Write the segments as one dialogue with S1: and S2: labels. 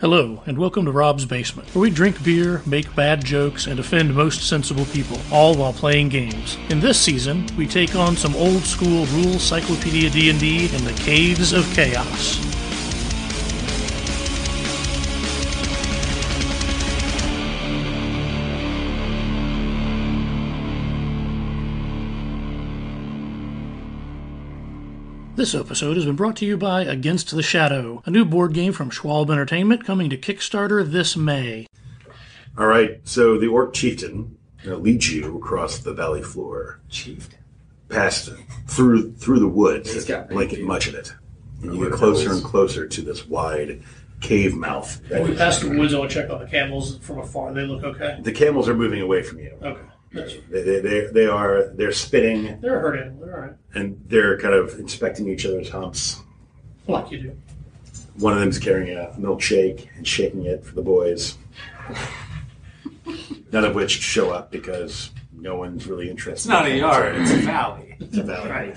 S1: Hello, and welcome to Rob's Basement, where we drink beer, make bad jokes, and offend most sensible people, all while playing games. In this season, we take on some old school rule cyclopedia D&D in the Caves of Chaos. This episode has been brought to you by Against the Shadow, a new board game from Schwalb Entertainment coming to Kickstarter this May.
S2: All right, so the orc chieftain uh, leads you across the valley floor,
S3: Chiefed.
S2: past through through the woods
S3: He's
S2: that
S3: got
S2: blanket
S3: big dude.
S2: much of it, and you
S3: Or
S2: get closer
S3: hills.
S2: and closer to this wide cave mouth. that
S1: When we
S2: is-
S1: pass the woods, I want to check on the camels from afar. They look okay.
S2: the camels are moving away from you.
S1: Okay. That's,
S2: They, they, they, they are they're spitting
S1: they're a herd animal. They're all right.
S2: and they're kind of inspecting each other's humps.
S1: Like you do.
S2: One of them's carrying a milkshake and shaking it for the boys. None of which show up because no one's really interested.
S4: It's not a yard, it's a valley.
S2: It's a valley.
S1: Right.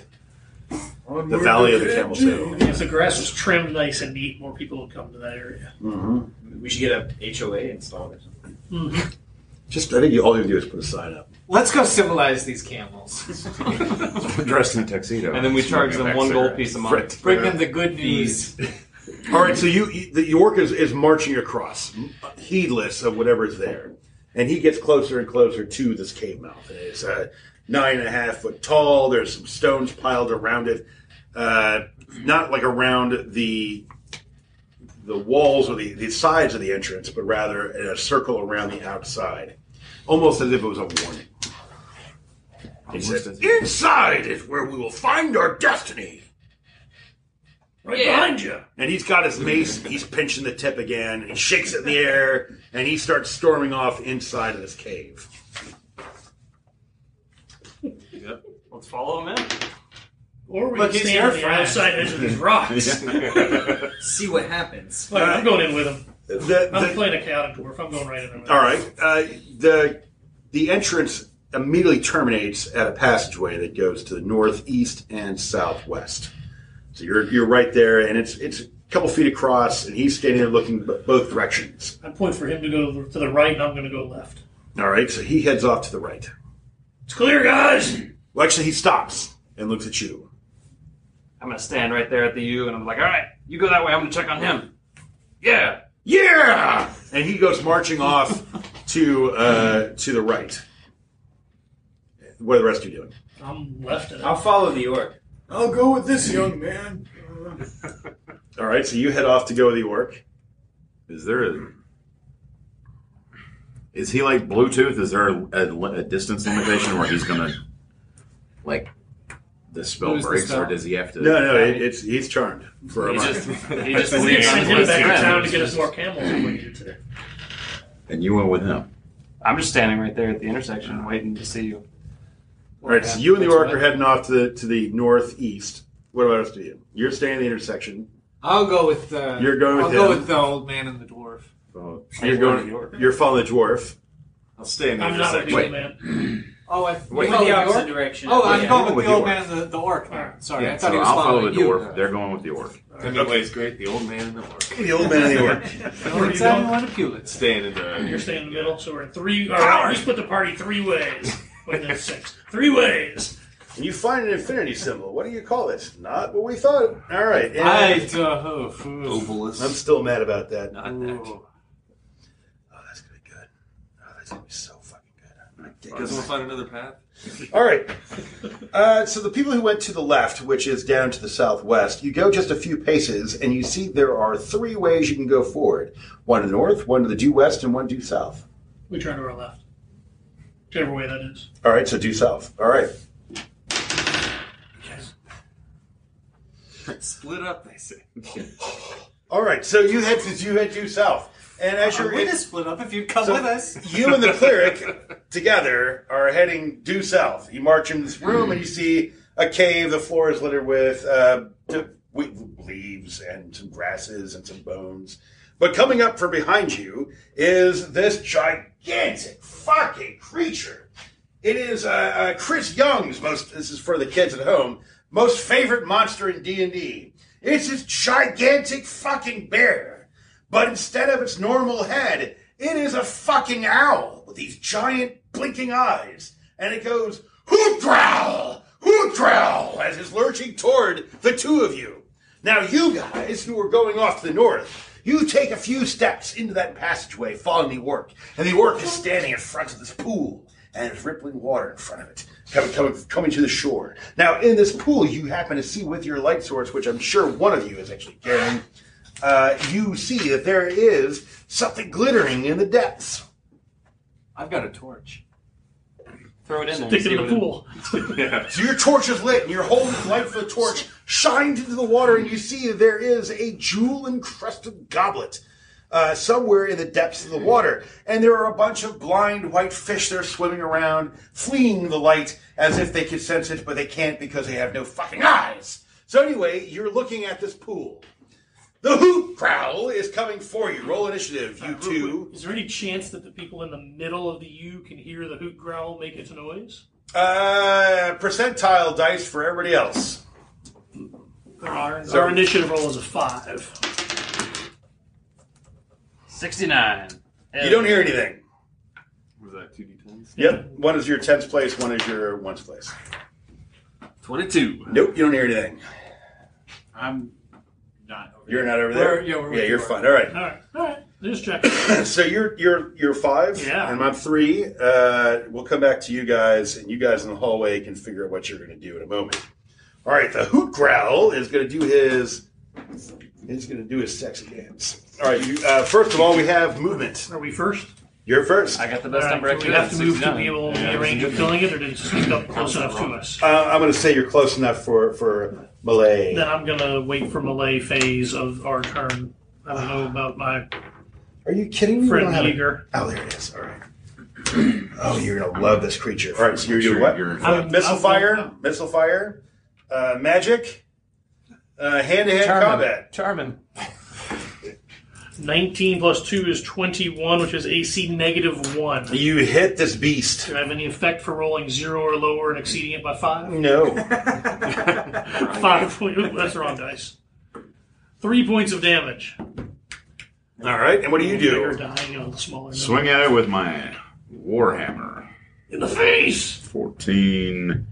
S2: The valley of the camels.
S1: If the grass was trimmed nice and neat, more people would come to that area.
S2: Mm-hmm.
S3: We should get a HOA installed or something.
S2: Just, I think you, all you do is put a sign up.
S4: Let's go civilize these camels.
S5: dressed in tuxedo.
S4: and then we charge them one gold piece a month.
S5: Right.
S4: Bring them the good news.
S2: All right, so you, you- the York is, is marching across, heedless of whatever's there, and he gets closer and closer to this cave mouth. And It's uh, nine and a half foot tall. There's some stones piled around it, uh, not like around the the walls or the, the sides of the entrance, but rather in a circle around the outside, almost as if it was a warning. He says, "Inside is where we will find our destiny." Right behind you. And he's got his mace, he's pinching the tip again, and he shakes it in the air, and he starts storming off inside of this cave.
S4: Yep. Let's follow them in.
S1: Or we
S4: Look,
S1: could
S4: he's
S1: stand on
S4: your
S1: the
S4: friend.
S1: outside edge of these rocks.
S3: See what happens.
S1: Look, I'm going in with him.
S2: The,
S1: I'm
S2: the,
S1: playing a cat and dwarf. I'm going right in there. with him.
S2: all right. Uh, the the entrance immediately terminates at a passageway that goes to the northeast and southwest. So you're you're right there, and it's it's a couple feet across, and he's standing there looking b- both directions.
S1: I point for him to go to the- to the right, and I'm going to go left.
S2: All right, so he heads off to the right.
S1: It's clear, guys.
S2: Well, actually, he stops and looks at you.
S4: I'm going to stand right there at the U and I'm like, all right, you go that way. I'm going to check on him. Yeah.
S2: yeah and he goes marching off to uh, to the right what are the rest of you doing
S1: I'm left and
S3: I'll follow the orc.
S5: I'll go with this young man.
S2: all right so you head off to go with the orc
S5: Is there a? Is he like Bluetooth? Is there a, a- a distance limitation where he's gonna like the spell
S4: Lose the
S5: breaks,
S4: spell?
S5: or does he have to?
S2: no no it, it's he's charmed for a
S4: He
S2: month.
S4: just, he just
S5: Send
S4: leaned on
S1: Send
S4: his
S1: him
S4: left
S1: back to
S4: hand.
S1: town to get us more camels if we needed to.
S5: And you went with him.
S4: I'm just standing right there at the intersection waiting to see you.
S2: all right so you and the orc are heading off to the to the northeast what about the rest of you you're staying at the intersection
S6: I'll go with the.
S2: You're going with
S6: I'll go
S2: him.
S6: with the old man and the dwarf.
S5: So
S2: you're going you're following the dwarf
S5: I'll stay in the
S1: I'm not a
S5: intersection.
S1: real
S5: Wait,
S1: man.
S6: Oh, I,
S5: Wait.
S6: you
S3: Go
S6: follow
S3: the
S6: the
S3: opposite
S6: orc?
S3: direction.
S6: Oh, I'm
S3: Yeah.
S6: going with
S5: With
S6: the
S5: the
S6: old
S5: orc.
S6: man and the, the orc. now. Sorry, I
S5: yeah,
S6: thought
S5: so
S6: he was
S5: I'll follow the
S6: following you.
S5: dwarf. They're going with the orc.
S7: Hemingway's great. The old man and the orc.
S2: the old man and the orc
S6: Where are you going? I want to peel it.
S7: Staying in the.
S1: You're staying in the middle, so we're in three. All right, we split the party three ways. Wait, that's six. Three ways.
S2: and you find an infinity symbol what do you call this not what we thought all right and
S6: I toho
S5: Oh,
S6: foo.
S7: Obelisk.
S2: i'm still mad about that
S7: Not that.
S2: oh that's gonna be good oh that's gonna be so fucking good i'm gonna dig
S7: Because we'll find another path.
S2: All right. Uh, so the people who went to the left, which is down to the southwest, you go just a few paces and you see there are three ways you can go forward: one to the north, one to the due west, and one due south.
S1: We turn to our left. Whichever way that is.
S2: All right, so due south. All right.
S7: Split up, they say.
S2: All right. So you head you head due south, and as
S7: Uh,
S6: We're
S2: you're
S6: going to split up if you come
S2: So-
S6: with us.
S2: you and the cleric together are heading due south. You march in this room
S6: Mm.
S2: and you see a cave. The floor is littered with uh, d- we- leaves and some grasses and some bones. But coming up from behind you is this gigantic fucking creature. It is uh, uh, Chris Young's most. This is for the kids at home. Most favorite monster in D and D. It's this gigantic fucking bear. But instead of its normal head, it is a fucking owl with these giant blinking eyes. And it goes, Hoot growl! Hoot growl! as it's lurching toward the two of you. Now, you guys who are going off to the north, you take a few steps into that passageway following the orc, and the orc is standing in front of this pool, and there's rippling water in front of it, coming, coming, coming to the shore. Now, in this pool, you happen to see with your light source, which I'm sure one of you is actually carrying, uh, you see that there is something glittering in the depths.
S6: I've got a torch.
S4: Throw it in there.
S1: Stick
S4: see
S1: it in
S4: what
S1: the pool.
S2: So your torch is lit, and you're holding the light for the torch, shined into the water, and you see there is a jewel encrusted goblet uh, somewhere in the depths of the water. And there are a bunch of blind white fish that are swimming around, fleeing the light as if they could sense it, but they can't because they have no fucking eyes. So anyway, you're looking at this pool. The hoot growl is coming for you. Roll initiative, you two.
S1: Is there any chance that the people in the middle of the U can hear the hoot growl make its noise?
S2: Uh, percentile dice for everybody else.
S1: There are. Our initiative roll is a five.
S4: 69.
S2: You don't hear anything.
S7: Was that two d10s?
S2: Yep. One is your tenths place. One is your ones place.
S7: Twenty-two.
S2: Nope. You don't hear anything.
S6: I'm not over
S2: You're
S6: there.
S2: not over there.
S6: We're- yeah, we're
S2: you're
S6: right.
S2: fine. All right.
S1: All right. All right. Just checking.
S2: So you're you're you're five.
S1: Yeah.
S2: And I'm three. Uh, we'll come back to you guys, and you guys in the hallway can figure out what you're going to do in a moment. All right. The hoot growl is going to do his. He's going to do his sexy dance. All right. You, uh, first of all, we have movement.
S1: Are we first?
S2: You're first.
S4: I
S2: Uh,
S4: got the best
S1: All right,
S4: number I
S1: do
S4: could.
S1: we have to move to
S7: 69.
S1: be able
S7: Yeah,
S1: to be
S7: that's
S1: arranged
S7: a
S1: of
S7: good
S1: killing it, or did it sneak up close enough to us?
S2: Uh, I'm going to say you're close enough for for Malay.
S1: Then I'm gonna wait for Malay phase of our turn. I don't know about my
S2: Are you kidding me? You don't
S1: friend
S2: have a-
S1: Yeager.
S2: Oh, there it is. All right. Oh, you're gonna love this creature. All right, so you're doing what?
S5: You're in
S1: I'm-
S2: missile
S1: I'm-
S2: fire,
S1: I'm-
S2: missile fire, uh, magic, uh, hand-to-hand combat.
S4: Charmin.
S1: 19 plus 2 is 21, which is AC negative 1. Do
S2: You hit this beast.
S1: you have any effect for rolling 0 or lower and exceeding it by 5?
S2: No.
S1: 5 point. Ooh, that's the wrong dice. 3 points of damage.
S2: All right, and what do you
S1: Bigger
S2: do?
S1: die, you know, the smaller number.
S5: Swing at it with my warhammer.
S1: In the face!
S5: 14,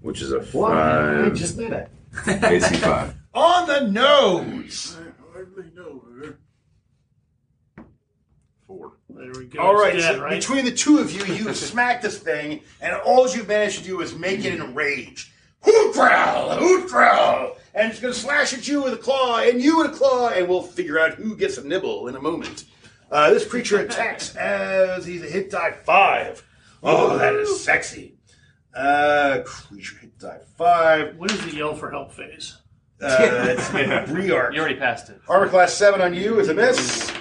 S5: which is a 5.
S6: just did it.
S5: AC 5.
S2: On the nose.
S5: Four.
S1: There we go.
S2: All
S1: It's
S2: right,
S1: dead,
S2: so
S1: right?
S2: between the two of you, you smack this thing, and all you've managed to do is make it enrage. Hoot growl, hoot growl, and it's going to slash at you with a claw, and you with a claw, and we'll figure out who gets a nibble in a moment. Uh, this creature attacks as he's a hit die five. Oh, that is sexy. Uh, creature hit die five.
S1: What is the yell for help phase?
S2: Uh, it's Rearc.
S4: You already passed it.
S2: Armor class seven on you is a miss,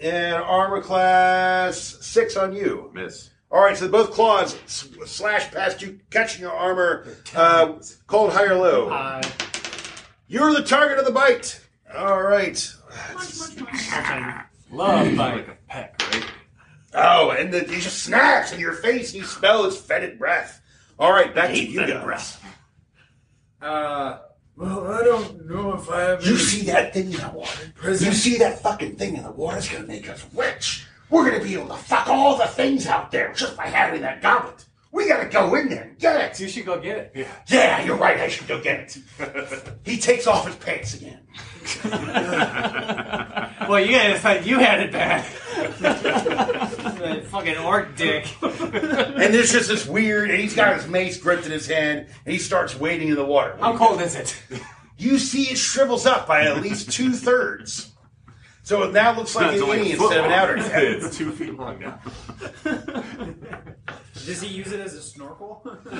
S2: and armor class six on you.
S5: Miss.
S2: All right, so both claws s- slash past you, catching your armor. Uh, cold, high, or low.
S1: I.
S2: You're the target of the bite. All right.
S1: Mm.
S6: Love
S7: Like
S6: bite.
S7: a peck, right?
S2: Oh, and the, he just snaps in your face. and You smell his fetid breath. All right, back to
S1: Hate
S2: you
S1: fetid
S2: guys.
S1: breath.
S3: Uh, well, I don't know if I have.
S2: You see that thing in the water? You see that fucking thing in the water? It's gonna make us rich. We're gonna be able to fuck all the things out there just by having that goblet. We gotta go in there and get it.
S6: You should go get it. Yeah.
S2: Yeah, you're right. I should go get it. he takes off his pants again.
S6: Well, you had it. but You had it bad. That fucking orc dick.
S2: And there's just this weird, and he's got his mace gripped in his hand, and he starts wading in the water.
S6: How cold is it?
S2: You see it shrivels up by at least two thirds. So it now looks like
S7: It's
S2: an
S7: only a
S2: innie
S7: foot
S2: instead of an
S7: long.
S2: outer cat.
S7: it's two feet long now.
S3: Does he use it as a snorkel?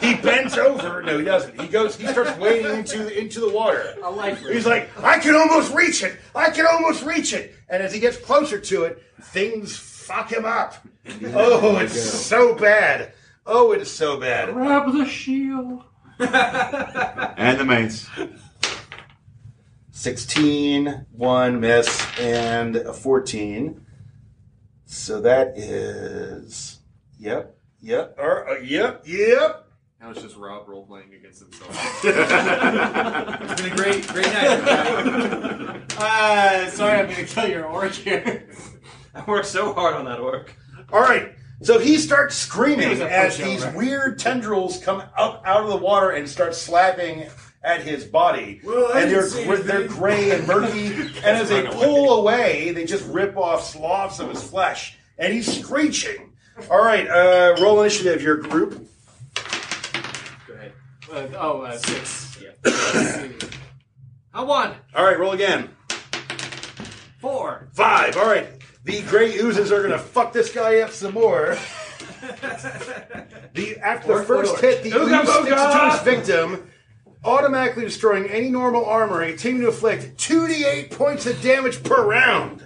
S2: He bends over. No, he doesn't. He goes. He starts wading into the, into the water.
S6: I like it.
S2: He's like, I can almost reach it. I can almost reach it. And as he gets closer to it, things fuck him up. Oh, it's so bad. Oh, it is so bad.
S1: Grab the shield.
S5: And the mace.
S2: 16, one miss, and a 14. So that is. Yep, yep, or, uh, yep, yep.
S7: That was just Rob role playing against himself.
S3: It's been a great, great night. everybody.
S6: Uh, sorry, I'm gonna kill your orc here.
S4: I worked so hard on that work.
S2: All right. So he starts
S6: It was
S2: screaming
S6: a
S2: as
S6: pushover.
S2: these weird tendrils come up out of the water and start slapping at his body.
S3: Well, I
S2: and
S3: didn't
S2: they're
S3: see
S2: gr- they're
S3: anything.
S2: gray and murky. and as they pull away, they just rip off sloughs of his flesh, and he's screeching. All right, uh, roll initiative, your group.
S6: Go ahead. Uh, oh, uh, six.
S4: I won.
S2: All right, roll again.
S4: Four.
S2: Five. All right. The gray oozes are gonna fuck this guy up some more. The after the first hit, the ooze sticks to his victim, automatically destroying any normal armor, continuing to inflict two d eight points of damage per round.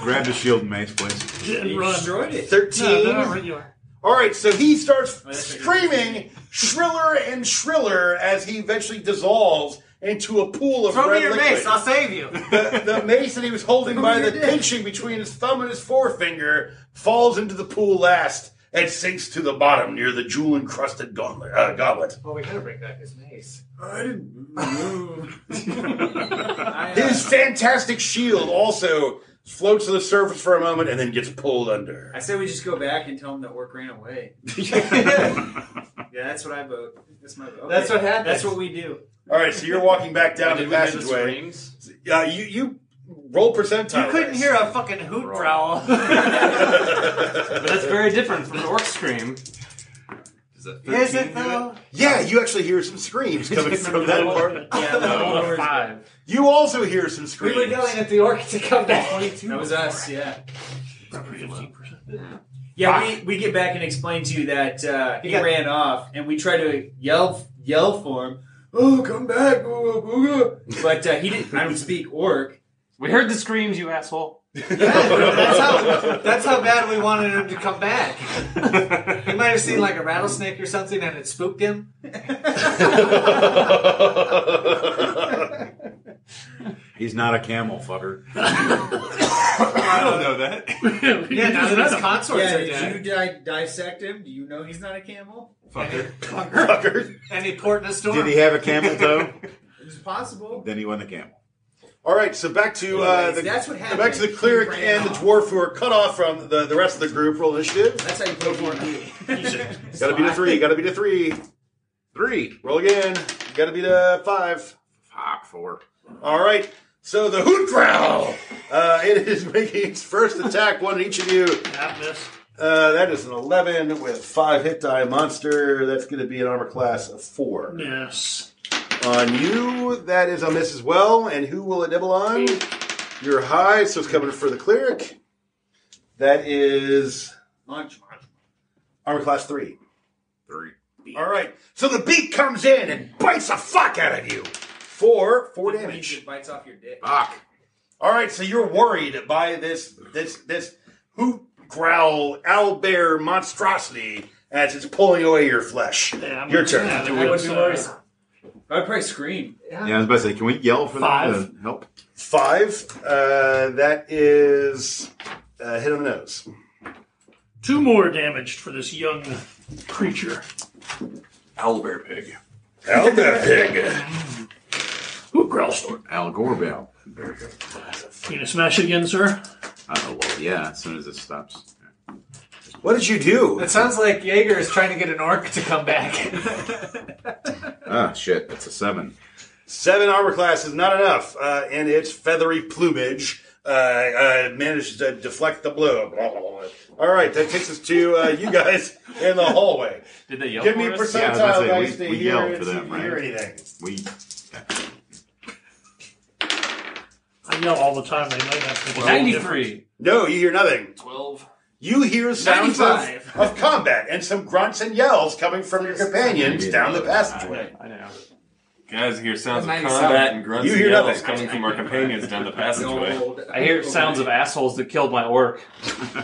S5: Grab the shield and mace, please.
S1: And run.
S3: Destroyed it.
S1: No,
S2: Thirteen.
S1: they're not regular.
S2: All right, so he starts
S6: that's a good-
S2: screaming shriller and shriller as he eventually dissolves into a pool of
S6: Throw
S2: red
S6: me your
S2: liquid.
S6: mace, I'll save you.
S2: the, the mace that he was holding by the
S3: your dick.
S2: pinching between his thumb and his forefinger falls into the pool last and sinks to the bottom near the jewel encrusted gauntlet, uh, goblet.
S6: well, we gotta bring back his mace.
S3: I didn't move. I, uh,
S2: His fantastic shield also floats to the surface for a moment and then gets pulled under.
S3: I say we just go back and tell him the orc ran away. Yeah, that's what I vote. That's my vote.
S6: That's what
S3: Okay.
S6: happens.
S3: That's what we do.
S2: All right, so you're walking back down
S7: Did
S2: the
S7: we hear the
S2: passageway.
S7: screams?
S2: Uh, you you roll percentile.
S6: You couldn't
S2: dice.
S6: hear a fucking hoot
S5: Wrong.
S6: growl.
S4: But that's very different from an orc scream.
S7: Does that
S6: Is
S7: 13
S6: it
S7: do
S6: though?
S2: yeah, you actually hear some screams coming from that apartment.
S3: Yeah, that
S7: Oh,
S3: was-
S7: five.
S2: You also hear some
S6: We
S2: screams.
S6: were yelling at the orc to come back.
S3: that was us. Yeah.
S1: Fifteen percent.
S3: Yeah, we, we get back and explain to you that uh, he
S6: You got-
S3: ran off, and we try to yell yell for him. Oh, come back! ooga, ooga." But uh, he didn't. I don't speak orc.
S4: We heard the screams, you asshole.
S6: Yeah, that's how that's how bad we wanted him to come back. He might have seen like a rattlesnake or something and it spooked him.
S5: He's not a camel, fucker.
S7: I don't know that.
S6: Yeah, none of his consorts
S3: yeah,
S6: are
S3: did
S6: dead.
S3: you di- dissect him? Do you know he's not a camel?
S7: Fucker.
S2: Fucker.
S6: And he poured in a storm.
S5: Did he have a camel toe?
S3: It's possible.
S5: then he won the camel.
S2: All right, so back to uh, the,
S3: That's what happened.
S2: back to the cleric and the dwarf who are cut off from the, the rest of the group. Roll initiative.
S3: That's how you play D&D.
S2: Gotta beat a three. Gotta beat a three.
S5: Three.
S2: Roll again. Gotta beat a five.
S5: Fuck, four.
S2: All right. So the hoot growl. Uh, it is making its first attack. One at each of you.
S1: That missed.
S2: Uh, that is an eleven with five hit die monster. That's going to be an armor class of four.
S1: Yes.
S2: On you, that is a miss as well. And who will it nibble on? You're high, so it's coming for the cleric. That is
S3: Launch, launch.
S2: armor class three.
S5: Three.
S2: All right. So the beak comes in and bites the fuck out of you for four
S3: It means
S2: damage.
S3: it bites off your dick.
S5: Fuck.
S2: All right. So you're worried by this this this hoot growl owl bear monstrosity as it's pulling away your flesh.
S1: Yeah, I'm
S2: Your
S1: gonna-
S2: turn.
S1: yeah, they're
S3: I
S1: real
S3: would be
S1: sad.
S3: worried. I'd probably scream.
S5: Yeah, I was about to say, can we yell for
S1: Five.
S5: them to help?
S2: Five. Uh, that is a hit on the nose.
S1: Two more damaged for this young creature.
S5: Owlbear pig.
S2: Owl bear pig.
S1: Ooh, growl snort.
S5: Al Gorbel.
S1: Can you smash it again, sir?
S5: Oh, well, yeah, as soon as this stops.
S2: What did you do?
S6: It sounds like Jaeger is trying to get an orc to come back.
S5: Ah, shit, that's a seven.
S2: Seven armor class is not enough, uh, and its feathery plumage uh, uh, managed to deflect the blow. Blah, blah, blah. All right, that takes us to uh, you guys in the hallway.
S4: Did they yell
S2: Give
S4: for
S2: me a
S4: us?
S5: Yeah, I
S2: percentile
S5: was about to say,
S2: dice
S5: we-
S2: to
S5: we
S2: hear
S5: yelled
S2: it,
S5: for
S2: see
S5: them,
S2: if you hear
S5: right?
S2: anything.
S5: We.
S1: I yell all the time. They might not think it's any different.
S4: 93.
S2: No, you hear nothing.
S4: 12.
S2: You hear sounds of,
S3: 95.
S2: of combat and some grunts and yells coming from your companions down the passageway.
S4: I know.
S7: Guys hear sounds of
S6: 97.
S7: combat and grunts
S2: You
S7: and
S2: hear
S7: yells
S2: nothing.
S7: coming from our companions down the passageway.
S3: Gold.
S4: I hear sounds of assholes that killed my orc.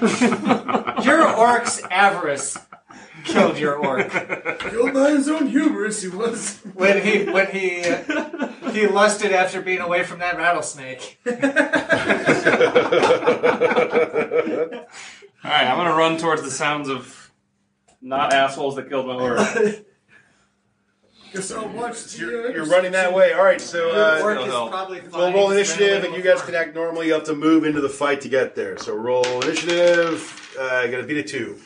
S6: Your orc's avarice killed your orc.
S3: Killed by his own hubris, he was.
S6: When he when he uh, he lusted after being away from that rattlesnake.
S4: Alright, I'm gonna run towards the sounds of not assholes that killed my orc.
S6: so much.
S2: You're, you're running that way. All right, so uh,
S6: Work is
S7: no.
S6: probably
S2: we'll
S6: flying
S2: roll
S6: around
S2: initiative,
S6: the
S2: and you guys
S6: floor.
S2: can act normally. You have to move into the fight to get there. So roll initiative. Uh, gonna beat a two.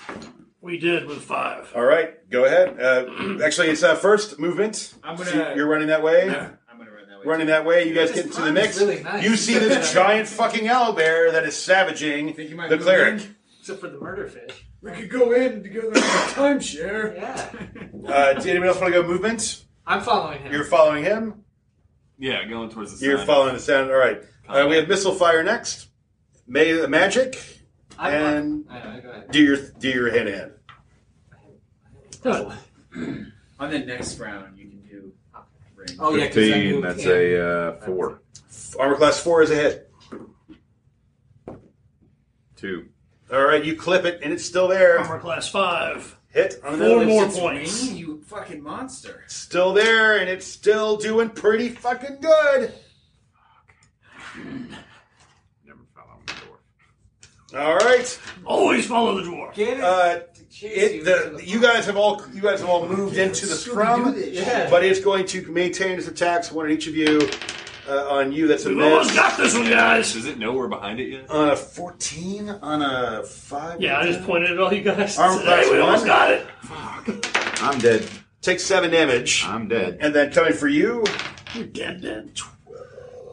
S1: We did with five.
S2: All right, go ahead. Uh, actually, it's uh, first movement.
S3: I'm gonna-
S2: So you're running that way.
S3: I'm gonna run that way.
S2: Running that way, you guys
S6: This
S2: get into the
S6: pond
S2: mix.
S6: is really nice.
S2: You see this giant fucking owlbear that is savaging
S3: Think you might
S2: the
S3: move
S2: cleric.
S6: Except for the murder fish.
S3: We could go in together on a timeshare.
S6: Yeah.
S2: Uh, did anyone else want to go movement?
S6: I'm following him.
S2: You're following him.
S7: Yeah, going towards the.
S2: You're
S7: sun.
S2: following the sound. All right. Uh, we have missile fire next. May magic
S6: I'm
S2: and
S6: I know, go ahead.
S2: do your do your hand to hand.
S3: On the next round, you can do ring.
S6: Oh, yeah, 'cause I
S5: 15,
S6: moved
S5: that's
S6: him.
S5: a uh, 4.
S2: Armor class four is ahead.
S5: 2.
S2: All right, you clip it and it's still there.
S1: Armor class five.
S2: Hit on
S1: Four
S2: another.
S1: more
S3: It's
S1: points.
S3: ring, you fucking monster.
S2: Still there and it's still doing pretty fucking good.
S5: Never fell on the door.
S2: All right.
S1: Always follow the dwarf.
S6: Get it?
S2: Uh,
S6: Jeez,
S2: it, the, you guys have all you guys have all moved into the scrum,
S6: Yeah.
S2: but it's going to maintain its attacks. One on each of you. Uh, on you, that's a
S1: We've almost
S2: miss.
S1: got this one, guys.
S7: Does it know we're behind it yet?
S2: On a fourteen, on a five.
S1: Yeah, I just pointed at all you guys.
S2: Armor
S1: Hey,
S2: class
S1: we almost
S2: one.
S1: got it.
S5: I'm dead.
S2: Take seven damage,
S5: I'm dead.
S2: and then coming for you.
S1: You're dead, dead.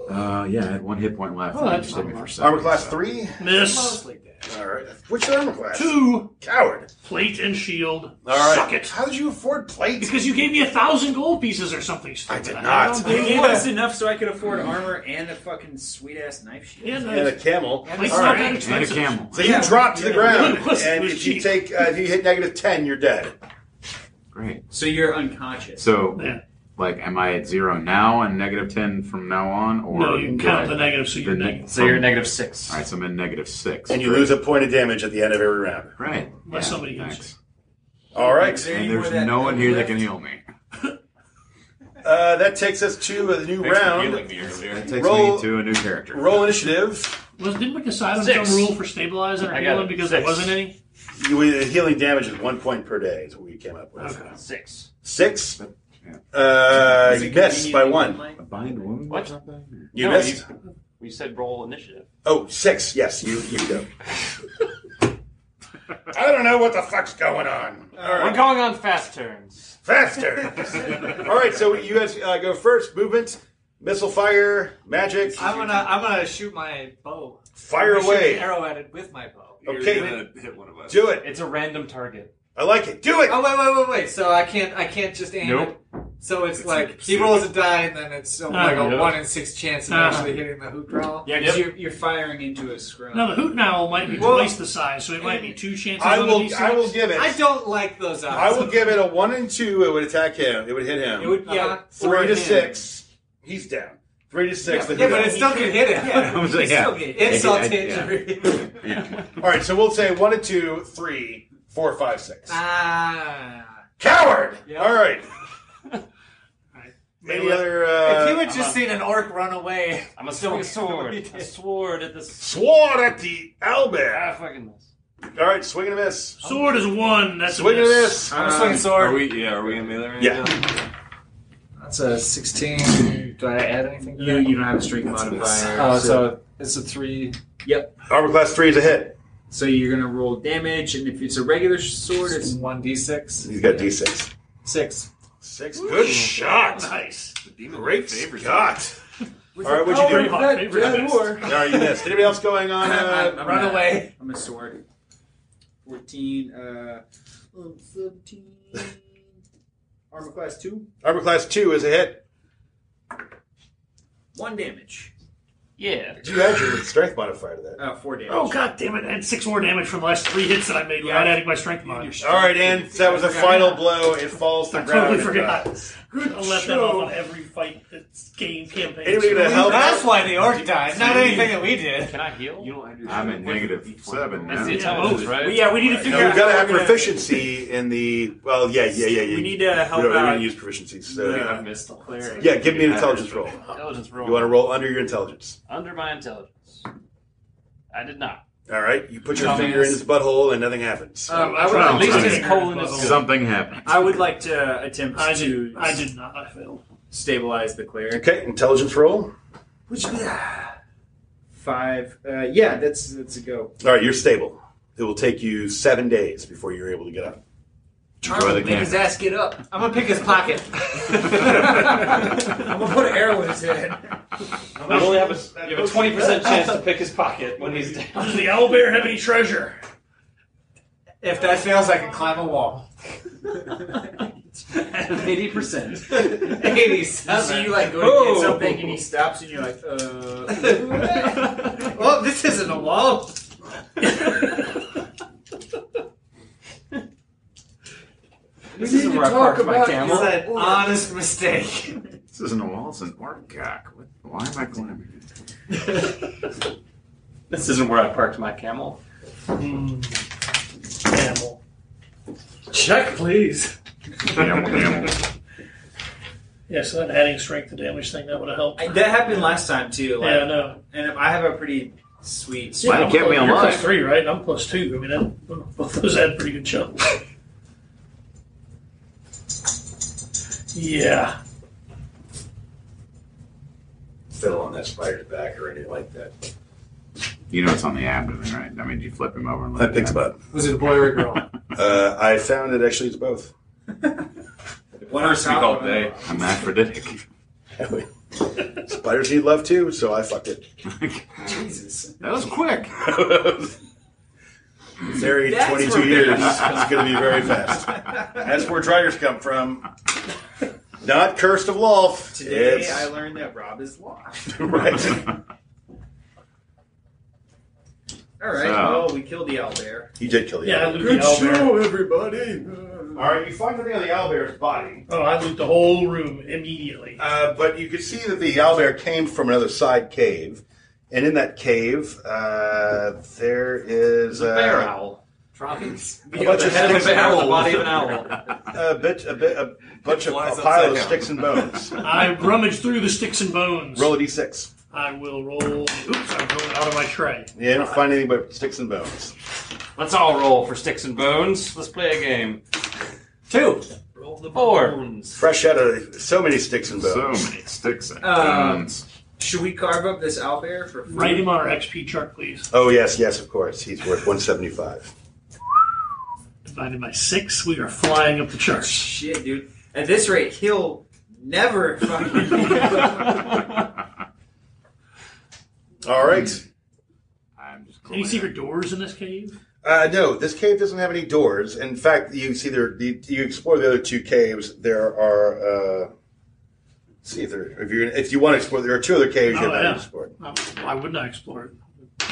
S5: Uh, yeah, I had one hit point left.
S1: Oh,
S5: You
S1: that's
S5: just hit me
S1: not
S5: for a second,
S2: Armor class
S5: so-
S2: three.
S1: Miss.
S6: Mostly dead.
S2: All right. Which armor class?
S1: Two.
S2: Coward.
S1: Plate and shield.
S2: All right.
S1: Suck it.
S2: How did you afford plates?
S1: Because you gave me a thousand gold pieces or something.
S2: I
S1: stupid.
S2: did
S1: don't
S2: not.
S1: think-
S3: They gave us enough so I could afford armor and a fucking sweet ass knife shield.
S1: Yeah,
S2: And
S1: no,
S2: a camel.
S1: plate's
S2: All
S1: not
S2: right.
S1: that
S5: And a
S1: expensive.
S5: camel.
S2: So you drop to the
S3: yeah.
S2: ground,
S1: It was- it
S2: and
S1: was
S2: if you
S1: cheap.
S2: take uh, if you hit negative ten, you're dead.
S5: Great.
S3: So you're unconscious.
S5: So,
S1: Yeah.
S5: like, am I at zero now and negative 10 from now on? Or
S1: No, you can
S5: do
S1: count
S5: I-
S1: the negative, so you're
S5: the
S1: negative.
S5: neg-
S4: So you're
S5: from-
S4: negative six.
S5: All right, so I'm in negative 6.
S2: And you
S5: Great.
S2: lose a point of damage at the end of every round.
S5: Right.
S1: Unless somebody heals
S5: thanks.
S2: All right.
S3: Is there any
S5: And
S3: more
S5: there's
S3: that-
S5: no one here that can
S3: left?
S5: heal me.
S2: Uh, that takes us to a new
S7: Thanks for
S2: round.
S7: healing me earlier.
S5: That takes
S2: Roll-
S5: me to a new character.
S2: Roll initiative.
S1: Was didn't we decide on
S4: Six.
S1: some rule for stabilizing or
S4: I got
S1: healing
S4: it.
S1: because there
S4: Six.
S1: wasn't any?
S2: You, uh, healing damage is one point per day, is what we came up with.
S1: Okay.
S4: Six.
S2: Six.
S5: Yeah.
S2: Uh,
S3: Is it
S2: you missed by
S3: convenient
S2: one.
S3: online?
S5: A bind wound or
S4: What?
S5: something?
S2: You
S4: No,
S2: missed.
S4: We said roll initiative.
S2: Oh, six. Yes, you you go. I don't know what the fuck's going on. All
S4: We're
S2: right,
S4: going on fast turns.
S2: faster. All right, so you guys uh, go first. Movement, missile fire, magic,
S6: I'm gonna, I'm gonna shoot my bow.
S2: fire
S6: I'm gonna shoot an
S2: away.
S6: arrow at it with my bow.
S7: You're
S2: Okay.
S7: gonna hit one of us.
S2: Do it.
S4: It's a random target.
S2: I like it. Do it.
S6: Oh wait, wait, wait, wait. So I can't, I can't just aim.
S5: Nope.
S6: It. So it's,
S7: It's
S6: like
S7: like
S6: he rolls a die, and then it's uh, like a
S1: yeah.
S6: one in six chance of
S1: Ah.
S6: actually hitting the hoop roll.
S3: Ah, Yeah, because you're, you're firing into a scrum.
S1: Now the hoot owl might be
S6: Well-
S1: twice the size, so it might be two chances.
S2: I
S1: on a
S2: will.
S1: D6.
S2: I will give it.
S6: I don't like those odds.
S2: I will give it a one and two. It would attack him. It would hit him.
S6: It would, yeah,
S3: Uh-huh.
S6: or
S2: Three to
S6: him.
S2: six. He's down. Three to six. the
S6: Yeah, but
S2: Hoodoo.
S6: it still could hit it.
S5: I
S6: Yeah.
S5: was like,
S4: Uh,
S5: yeah.
S6: Insult
S5: I- yeah.
S6: injury.
S5: yeah.
S2: All right, so we'll say one and two, three, four, five, six.
S6: Ah.
S2: Coward.
S6: Uh, Yeah.
S2: All right. Any
S1: Maybe-
S2: other uh,
S6: if you had just seen an orc run away,
S4: I'm assuming a sword. A sword at this.
S2: sword at the
S4: Ah,
S2: owlbear?
S4: fucking this.
S2: All right, swing and a miss.
S1: Sword is one. That's
S2: Swing
S1: a
S2: and a
S1: miss.
S2: miss.
S6: I'm a swinging
S7: Uh, Are
S6: sword.
S7: we? Yeah. Are we in melee range?
S2: Yeah.
S7: now?
S6: That's a 16. Do I add anything? To
S3: You,
S6: that?
S3: you don't have a strength modifier.
S6: Oh, so it's a three.
S2: Armor class three is a hit.
S3: So you're gonna roll damage, and if it's a regular sword, it's
S6: One d six.
S2: He's got d6.
S6: Six.
S2: Six. Good shot.
S1: Nice.
S7: The demon
S2: Great
S7: favors us.
S2: shot. All right, what'd you
S1: Favorite
S2: do?
S1: hot, favorite best.
S2: All right, you missed. Anybody else going on?
S3: I'm-
S2: Uh,
S3: I'm
S6: Run
S3: not-
S6: away.
S3: I'm a sword. Fourteen. Uh, um, seventeen. Armor class two.
S2: armor class two is a hit.
S3: One damage.
S4: Yeah.
S2: Did you add your strength modifier to that?
S3: Uh, four damage.
S1: Oh god damn it! I had six more damage from the last three hits that I made without
S3: Yeah.
S1: adding my strength mod.
S2: All right, and that was the
S3: I forgot.
S2: final blow. It falls to
S1: I
S2: the ground. Uh,
S1: totally
S2: and
S1: forgot.
S2: dies.
S1: I'll let that off on every fight that's game campaign.
S2: Anybody gonna help?
S6: That's why the orc died. Not anything that we did.
S4: Can I heal?
S7: You don't understand.
S5: I'm at negative 7
S4: That's
S5: now.
S4: the
S1: Yeah,
S4: intelligence,
S1: both.
S4: right?
S3: We- yeah, we need to figure
S2: No, we've
S3: out.
S2: got to
S3: how
S2: have
S3: we're gonna-
S2: proficiency in the. Well, yeah, yeah, yeah, yeah.
S3: We need to help
S2: we don't, we
S3: out.
S2: don't use proficiencies. So
S4: I
S2: yeah.
S4: missed the clear.
S2: give me an intelligence roll.
S4: Intelligence roll.
S2: You want to roll under your intelligence.
S4: Under my intelligence. I did not.
S2: All right, you put your
S4: Dumbass.
S2: finger in his butthole and nothing happens.
S3: Um, I would
S5: Well,
S3: at least
S5: okay.
S3: his colon is.
S5: Something happened.
S4: I would like to attempt
S1: I
S4: to
S1: did. I did not. I failed.
S4: stabilize the cleric.
S2: okay, intelligence roll.
S3: Which ah, five? Uh, yeah, that's that's a go.
S2: All right, you're stable. It will take you seven days before you're able to get up.
S5: Destroy the
S3: Make his
S5: camera.
S3: ass get up.
S6: I'm gonna pick his pocket.
S3: I'm gonna put an arrow in his head.
S4: I only have a you have a twenty percent chance to pick his pocket when he's down.
S1: Does the owl bear have any treasure?
S6: If that fails, I can climb a wall.
S4: Eighty percent.
S3: You
S6: 87.
S3: see, you like go to
S4: Oh.
S3: get something, and he stops, and you're like, uh.
S6: well, this isn't a wall.
S4: This
S3: need
S4: isn't
S3: to
S4: where I
S3: talk
S4: parked my
S3: about
S4: camel.
S6: It's an honest mistake.
S5: This isn't a wall, it's an orcock. What? Why am I climbing?
S4: This isn't where I parked my camel.
S1: Camel.
S6: Check, please.
S5: Damn, damn.
S1: Yeah, so that adding strength to damage thing that would have helped.
S3: I- that happened last time too. Like,
S1: yeah, no.
S3: And I have a pretty sweet.
S5: Might have kept me
S1: You're plus
S5: alive.
S1: three, right? And I'm plus two. I mean, that, both those had pretty good chunks. yeah.
S2: Fiddle on that spider's back or anything like that.
S5: You know it's on the abdomen, right? I mean, you flip him over and
S2: I
S5: let
S2: picked
S5: him
S2: him up.
S6: Was it a boy or a girl?
S2: Uh, I found that actually it's both.
S3: One
S7: First week all
S3: all
S7: day.
S5: I'm aphrodisiac.
S2: Spiders need love too, so I fucked it.
S3: Jesus.
S5: that was quick.
S2: Married
S3: That's
S2: 22
S3: where-
S2: years. It's going to be very fast. That's where drivers come from. Not cursed of Lolf.
S3: Today
S2: It's-
S3: I learned that Rob is lost.
S2: right.
S3: All right.
S5: So-
S3: Well, we killed the owlbear.
S2: He did kill the
S1: Yeah, I
S2: other.
S1: looted the owlbear.
S6: everybody.
S2: All right, you find something on the owlbear's body.
S1: Oh, I loot the whole room immediately.
S2: Uh, but you could see that the owlbear came from another side cave. And in that cave, uh, there is
S4: It's a bear
S2: uh,
S4: owl.
S6: Droppings.
S2: a bunch of
S4: Head of a
S2: sticks and
S4: bear with the
S2: bones.
S4: body of an owl.
S2: A bit, a bit, a bunch of
S7: Flies
S2: a pile of
S7: upside down.
S2: sticks and bones.
S1: I rummage through the sticks and bones.
S2: Roll a d6.
S1: I will roll. Oops, I'm going out of my tray.
S2: You don't find anything but sticks and bones.
S4: Let's all roll for sticks and bones. Let's play a game.
S6: Two.
S4: Roll the four.
S2: Fresh out of so many sticks and
S5: so
S2: bones.
S5: many sticks and
S3: Um,
S5: bones.
S3: Should we carve up this owlbear for food?
S1: Write him on our XP chart, please.
S2: Oh yes, yes, of course. He's worth 175.
S1: Divided by six, we are flying up the charts.
S3: Shit, dude. At this rate, he'll never fucking.
S2: All right.
S5: I'm
S1: Any
S5: just cleaning.
S1: secret doors in this cave?
S2: Uh, no, this cave doesn't have any doors. In fact, you see there. You, you explore the other two caves. There are. Uh, let's see if there. If you if you want to explore, there are two other caves you
S1: Oh,
S2: haven't
S1: yeah.
S2: explored.
S1: Um, why wouldn't I explore it?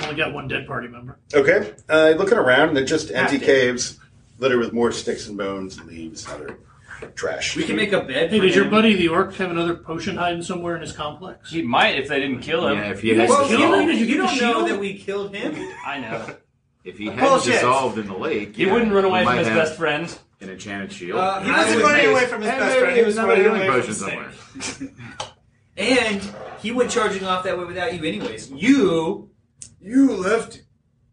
S1: Only got one dead party member.
S2: Okay. Uh, looking around, they're just empty
S3: Goddamn.
S2: caves, littered with more sticks and bones, and leaves, and other trash.
S3: we can make a bed.
S1: Hey,
S3: for
S1: did your
S3: him.
S1: buddy the orc have another potion hiding somewhere in his complex?
S4: He might if they didn't kill him.
S5: Yeah, if he had
S3: Well, you,
S1: Kill
S3: don't-
S1: him?
S5: dissolved,
S1: Did you
S3: you
S1: get
S3: don't
S1: the
S3: know
S1: shield?
S3: that we killed him. Uh,
S4: I know.
S5: if he had
S6: Bullshit.
S5: dissolved in the lake,
S4: He
S5: yeah,
S4: wouldn't run away
S5: he
S4: from
S5: might
S4: his
S5: have
S4: best friend.
S5: An enchanted shield.
S7: Uh,
S6: he wasn't running away from his best friend. He was running away from
S5: potion
S6: his
S5: somewhere.
S3: And he went charging off that way without you, anyways. You. You left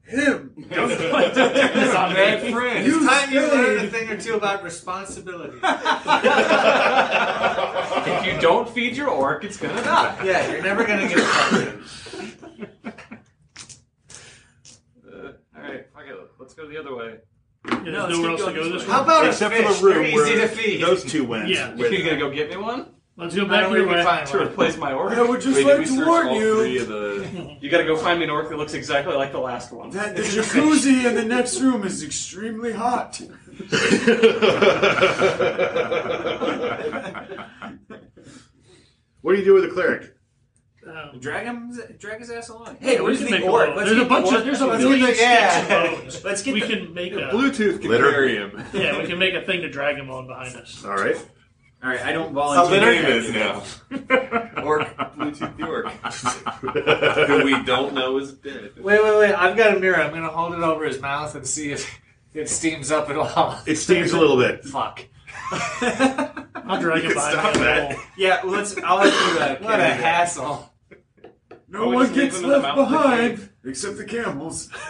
S3: him.
S4: Don't don't do this on
S7: Bad
S4: me.
S7: friend.
S6: It's time you learned a thing or two about responsibility.
S4: If you don't feed your orc, it's gonna die.
S6: yeah, you're never gonna get it.
S4: Uh, all right, fuck it. Let's go the other way.
S1: Yeah, there's
S4: No, let's
S1: nowhere
S4: keep
S1: else to
S4: going
S1: go this
S4: this way.
S1: way.
S6: How about
S2: Except
S6: a
S2: for
S6: fish?
S2: the room
S6: They're easy
S2: where
S6: to feed.
S2: those two went.
S1: Yeah.
S4: Are you gonna go get me one
S1: Let's go
S6: I
S1: back
S6: don't
S1: your
S6: know if
S1: way.
S6: you find
S4: to
S6: one.
S4: replace my orc?
S7: I would just
S6: Wait, did
S7: like
S6: we
S7: to
S6: search
S7: warn
S6: all three
S7: you.
S6: of
S4: You gotta go find me an orc that looks exactly like the last one.
S7: that the jacuzzi in the next room is extremely hot.
S2: What do you do with the cleric?
S1: Um,
S3: Drag him, drag his ass along. Hey, where's
S1: we can
S3: the
S1: make a
S3: orc?
S1: lot.
S3: Let's
S1: There's a
S3: get the
S1: bunch
S3: orc.
S1: of there's a
S6: Let's
S1: million
S6: get the-
S1: sticks
S6: yeah.
S1: and bones.
S3: Let's get
S1: we
S3: the-
S1: can make a
S7: Bluetooth can
S5: Litter.
S7: carry him.
S1: yeah, we can make a thing to drag him on behind us.
S2: All right.
S3: All right, I don't
S7: That's what
S3: volunteer.
S7: the name
S3: that.
S7: is now. Orc, Bluetooth the Orc. Who we don't know is dead.
S6: Wait, wait, wait. I've got a mirror. I'm gonna hold it over his mouth and see if if it steams up at all.
S2: It stings a little bit.
S6: Fuck.
S1: I'll drag him
S2: can
S1: behind
S2: stop
S1: me.
S2: that.
S3: Yeah, well, let's. I'll have you. Uh,
S6: What a hassle.
S2: No
S4: we
S2: one
S4: just leave
S2: gets
S4: them in the
S2: left
S4: mouth of the
S2: behind except the camels.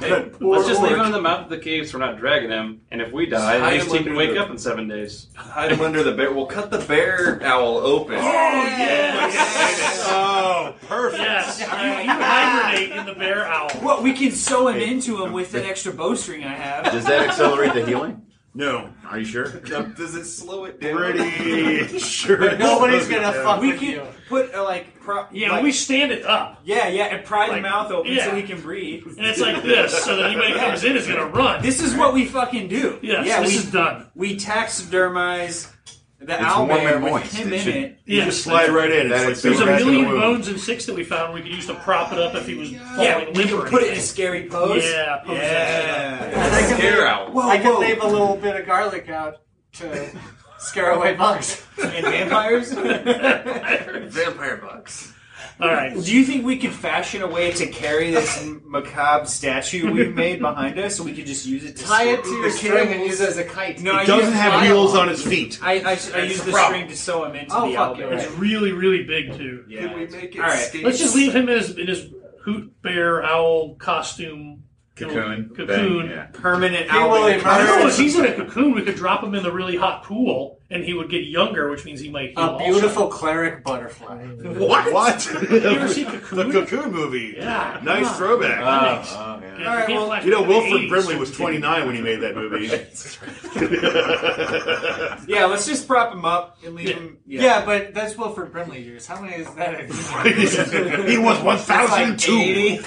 S4: Hey, let's just leave him in the mouth of the cave so we're not dragging him. And if we die,
S8: hide
S4: at
S8: him
S4: least he can
S8: under
S4: wake
S8: the-
S4: up in seven days.
S8: Hide him under the bear. We'll cut the bear owl open.
S2: Oh, perfect.
S1: Yes, you, you hibernate in the bear owl.
S6: Well, we can sew him into him with that extra bowstring I have.
S5: Does that accelerate the healing?
S2: No,
S5: Are you sure?
S8: Does it slow it down?
S2: pretty sure.
S3: Nobody's gonna
S2: Yeah.
S3: fuck
S6: We
S3: with you.
S6: can put uh, like pro-
S1: Yeah,
S6: like-
S1: we stand it up,
S6: yeah yeah and pry the
S1: Like,
S6: mouth open so
S1: yeah.
S6: he can breathe.
S1: and it's like this, so that anybody who comes in is gonna run.
S6: This is what we fucking do.
S1: yes,
S6: yeah,
S1: this
S6: we,
S1: is done.
S6: we taxidermize the
S5: It's
S6: owl
S5: warm
S6: bear
S5: and
S6: with
S5: moist.
S6: him
S5: It
S6: in
S5: should-
S6: it.
S1: Yeah.
S2: Just slide right in.
S5: That
S2: It's
S5: is
S2: like
S1: There's a
S5: That's
S1: million
S5: what we-
S1: bones and sticks that we found we could use to prop it up if he was falling
S6: Yeah, we
S1: limp
S6: can
S1: or
S6: put it in a
S1: anything.
S6: scary pose.
S1: Yeah, pose that
S6: yeah.
S3: I could
S8: Scare
S3: leave-
S8: owl.
S6: Oh,
S3: I could leave a little bit of garlic out to scare away bugs.
S6: and vampires.
S8: Vampire bugs.
S1: shit up. All right.
S6: Do you think we could fashion a way to carry this macabre statue we made behind us, so we could just use it to
S3: Tie it to
S6: string-
S3: your string and use it as a kite.
S6: No, I
S2: It doesn't
S6: use
S2: have
S6: my-
S2: heels on its feet.
S6: I, I, I use the
S1: problem.
S6: string to sew him into
S3: Oh,
S6: the
S3: fuck
S6: owl bear.
S3: it.
S1: It's really, really big too.
S8: Can we make it
S6: All right.
S8: skate-
S1: Let's just leave him in his, in his hoot bear owl costume little
S5: Cocoon.
S1: Cocoon.
S5: Bang, yeah.
S6: Permanent
S3: He
S6: owl.
S3: will
S6: bear.
S1: I don't know
S3: emerge.
S1: if he's in a cocoon. We could drop him in the really hot pool, and he would get younger, which means he might heal.
S3: A
S1: also.
S3: beautiful cleric butterfly.
S2: What? What?
S1: Have you ever seen
S2: the
S1: Cocoon?
S2: Cocoon movie.
S1: Yeah.
S2: Nice throwback.
S5: Oh, yeah.
S1: Yeah,
S3: Alright,
S1: you can't
S3: well,
S1: flash
S2: you know,
S1: back to the
S2: Wilfred
S1: 80s.
S2: Brimley was 29 when he made that movie.
S6: Yeah, let's just prop him up and leave
S1: Yeah.
S6: him.
S3: Yeah. but that's Wilfred Brimley years. How many is that?
S2: he was 1,002.